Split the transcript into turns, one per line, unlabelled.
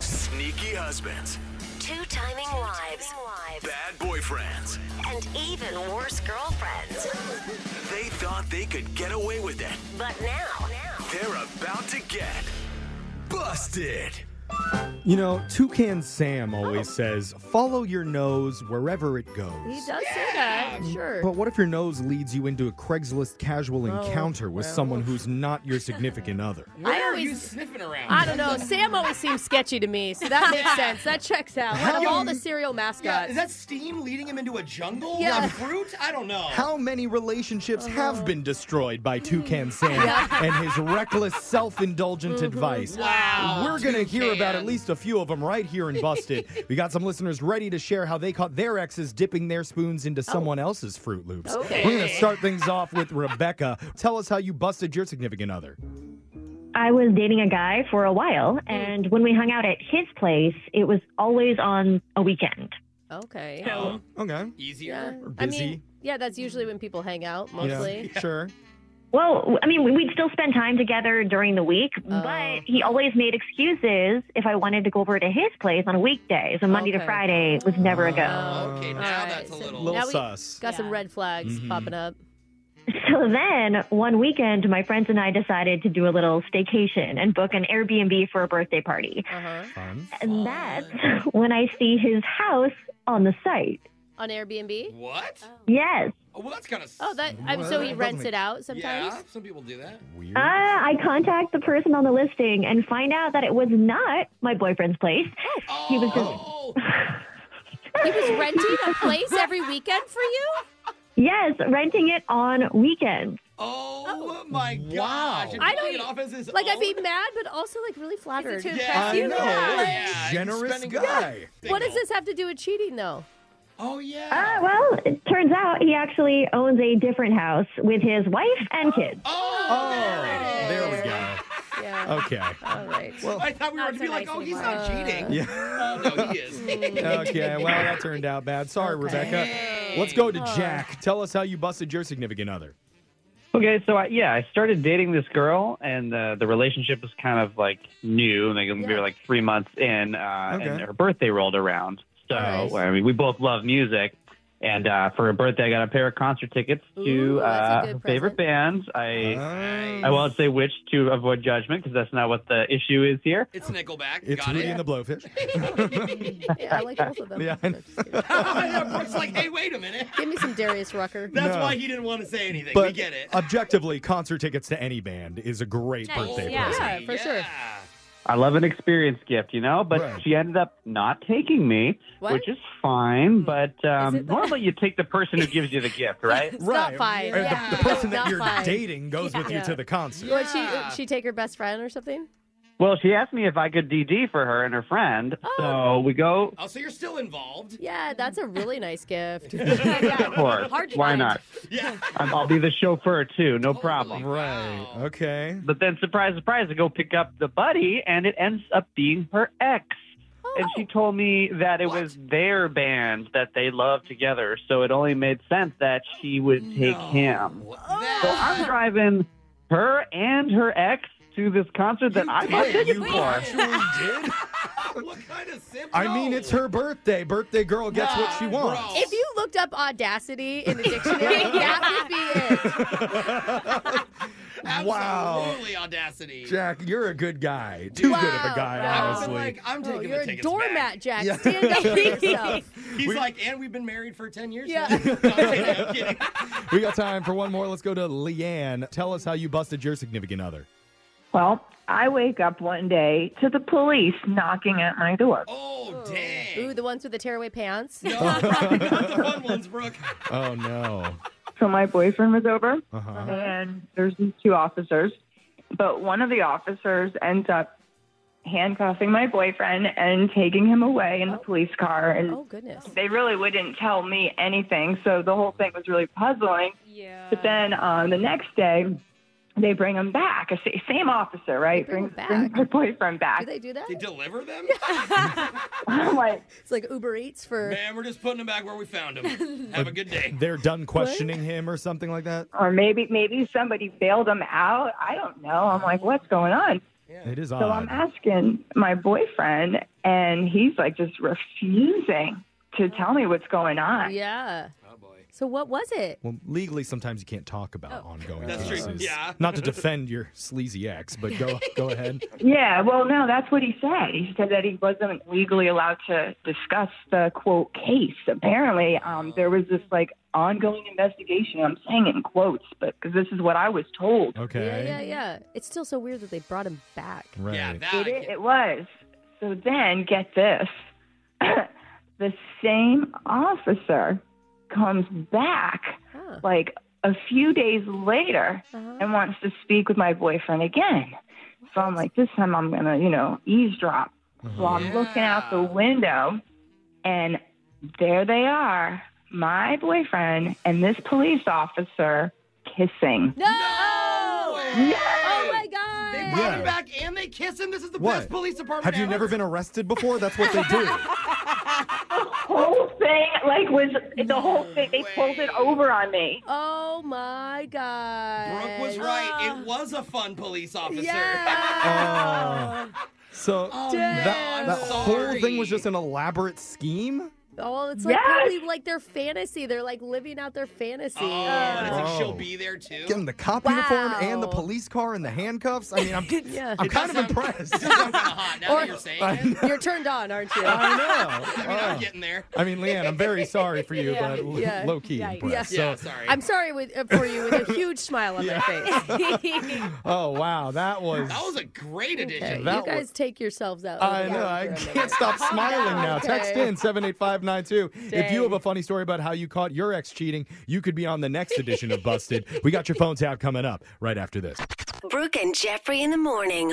Sneaky husbands,
Two timing wives.
bad boyfriends.
And even worse girlfriends.
They thought they could get away with it.
But now,
They're about to get busted.
You know, Toucan Sam
Oh.
always says, follow your nose wherever it goes.
does say that, sure.
But what if your nose leads you into a Craigslist casual
Oh,
encounter with someone who's not your significant other?
I always,
sniffing around.
I don't know. Sam always seems sketchy to me, so that makes sense. That checks out. Out of
How-
all the cereal
Yeah,
mascots,
is that steam leading him into a jungle?
Yeah.
Of fruit? I don't know. Uh-huh.
How many relationships have been destroyed by Toucan Sam and his reckless, self indulgent advice?
Wow,
We're going to hear about
Toucan.
at least a few of them right here in Busted. we got some listeners ready to share how they caught their exes dipping their spoons
Oh.
into someone else's Fruit Loops.
Okay.
We're going to start things off with Rebecca. Tell us how you busted your significant other.
I was dating a guy for a while, and when we hung out at his place, it was always on a weekend.
okay.
Oh,
Okay.
easier.
Or
I
busy.
mean, yeah, that's usually when people hang out
you know,
mostly.
Sure.
Well, I mean, we'd still spend time together during the week,
Oh.
but he always made excuses if I wanted to go over to his place on a weekday. So Monday
Okay.
to Friday was never a go.
Oh, okay,
Uh,
now
Alright,
that's a
so
little.
Little
now we-
sus.
Got some red flags
Mhm.
popping up.
So then one weekend, my friends and I decided to do a little staycation and book an Airbnb for a birthday party.
Uh huh.
Fun.
And that's when I see his house on the site.
On Airbnb.
What?
Yes.
Oh, well, that's kind of.
Oh, that. I'm, so he
What?
rents it out sometimes.
Yeah, some people do that.
Weird.
Uh, I contact the person on the listing and find out that it was not my boyfriend's place.
Oh,
He was just-
He was renting a place every weekend for you.
Yes, renting it on weekends.
oh, my
Wow.
gosh! And
I
putting
don't- e-,
it off as his
Like I'd be
own?
mad, but also like really flattered.
Yeah,
I know.
Yeah,
Generous
spending-
guy.
What does this have to do with cheating, though?
Oh
Uh,
yeah.
well, it turns out he actually owns a different house with his wife and kids.
oh,
Oh,
there it is.
there we go.
Yeah.
Okay.
All right.
Well,
I thought we were
Not
to
so
be like,
nice
oh, he's
anymore.
not cheating.
yeah.
Oh no, he is.
Okay. Well, that turned out bad. Sorry, Rebecca. Let's go to Jack. Tell us how you busted your significant other.
Okay, so I, yeah, I started dating this girl, and uh, the relationship was kind of like new. Like we
Yeah.
were like three months in, uh, and
Okay.
her birthday rolled around. So
Nice.
I mean, we both love music, and uh, for her birthday, I got a pair of concert tickets
Ooh,
to
that's a
uh,
good
her favorite band. I
Nice.
I won't say which to avoid judgment because that's not what the issue is here.
It's Nickelback.
It's
Got
Rudy
it.
and the Blowfish.
Hey, I like both of them.
Yeah, I know.
yeah, Brooke's like, hey, wait a minute.
Give me some Darius Rucker.
That's
No.
why he didn't want to say anything. we
But
get it.
objectively, concert tickets to any band is a great
Nice.
birthday
Yeah.
present.
for sure.
I love an experience gift, you know, but
Right.
she ended up not taking me,
What?
which is fine. But um, normally you take the person who gives you the gift, right?
not fine.
Or the-
Yeah.
The, person that
Not
you're
fine.
dating goes with you
Yeah.
to the concert.
Would she she take her best friend or something?
Well, she asked me if I could DD for her and her friend, so we go.
Oh, so you're still involved? Yeah, that's a really nice gift.
Of course,
Hard to
why
find.
not? Um,
Yeah.
I'll I'll be the chauffeur too, no problem.
Right. Okay.
But then, surprise, surprise, I go pick up the buddy, and it ends up being her ex. And she
Oh.
told me that it was their band that they loved together, so it only made sense that she would take him.
Oh.
So I'm driving her and her ex to this concert that I bought
did?
tickets
You
for.
did?
what kind of simp?
I mean, it's her birthday. Birthday girl gets what she wants.
bro.
If you looked up audacity in the dictionary, that would be it.
Oh.
Wow.
Absolutely audacity.
Jack, you're a good guy. Too good of a guy,
I've been
honestly.
like, I'm
Oh,
taking
you're
the
a
tickets
doormat,
back.
Jack. Stand up for yourself.
He's
We-
like, and we've been married for 10 years.
Yeah.
now." No, I'm kidding, I'm kidding.
we got time for one more. Let's go to Leanne. Tell us how you busted your significant other.
Well, I wake up one day to the police knocking at my door.
Oh, dang. Ooh, the ones with the tearaway pants.
Oh no.
So my boyfriend was over,
Uh-huh.
and there's these two officers. But one of the officers ends up handcuffing my boyfriend and taking him away in the police car. And
Oh, goodness.
Mm-hmm. they really wouldn't tell me anything. So the whole thing was really puzzling. Yeah. But then um, the next day, they bring him back. A sa- Same officer, right?
bring
brings, brings my boyfriend back.
Do they do that?
They deliver them?
I'm like,
It's like Uber Eats for.
Man, we're just putting them back where we found them. Have a good day.
They're done questioning him or something like that.
or maybe maybe somebody bailed him out. I don't know. I'm like, what's going on?
It is
So I'm
odd.
asking my boyfriend, and he's like just refusing to tell me what's going on.
Yeah. Oh, boy. So what was it?
Well, legally, sometimes you can't talk about ongoing
That's true,
cases.
yeah.
Not to defend your sleazy ex, but go go ahead.
Yeah, well, no, that's what he said. He said that he wasn't legally allowed to discuss the quote case. Apparently, um, there was this like ongoing investigation. I'm saying it in quotes, but because this is what I was told.
Okay.
Yeah, yeah. It's still so weird that they brought him back.
Right. Yeah,
It, i- it was. So then, get this. the same officer comes back like a few days later and wants to speak with my boyfriend again. So I'm like, this time I'm going to, you know, eavesdrop. So I'm looking out the window and there they are, my boyfriend and this police officer kissing.
No!
Oh,
my God.
They brought
Yeah.
him back and they kiss him. This is the best
What?
police department
Have you
ever.
never been arrested before? That's what they do.
whole thing like was the whole thing they pulled it over on me
Oh my God.
Brooke was right. It was a fun police officer.
Oh. So that,
I'm
that whole
sorry.
thing was just an elaborate scheme.
Oh, it's like
Yes.
probably like their fantasy. They're like living out their fantasy. Uh,
I think
Whoa.
she'll be there too.
Oh. Getting the cop uniform and the police car and the handcuffs. I mean, I'm,
Yeah.
I'm
It
kind
does
of
sound-
impressed.
Now that you're saying
I
it.
You're turned on, aren't you?
I know.
I mean, I'm
Oh.
getting there.
I mean, Leanne, I'm very sorry for you,
Yeah,
but
yeah,
low key
yeah,
impressed.
yeah.
So,
I'm sorry with, uh, for you with a huge smile on my face.
Oh wow, that was.
That was a great
Okay,
addition.
you
That
guys take yourselves out.
I
of
know.
the
I
room.
can't stop smiling now.
Okay.
Text in seven eight five nine two. If
Dang.
you have a funny story about how you caught your ex cheating, you could be on the next edition of Busted. We got your phone tap coming up right after this.
Brooke and Jeffrey in the morning.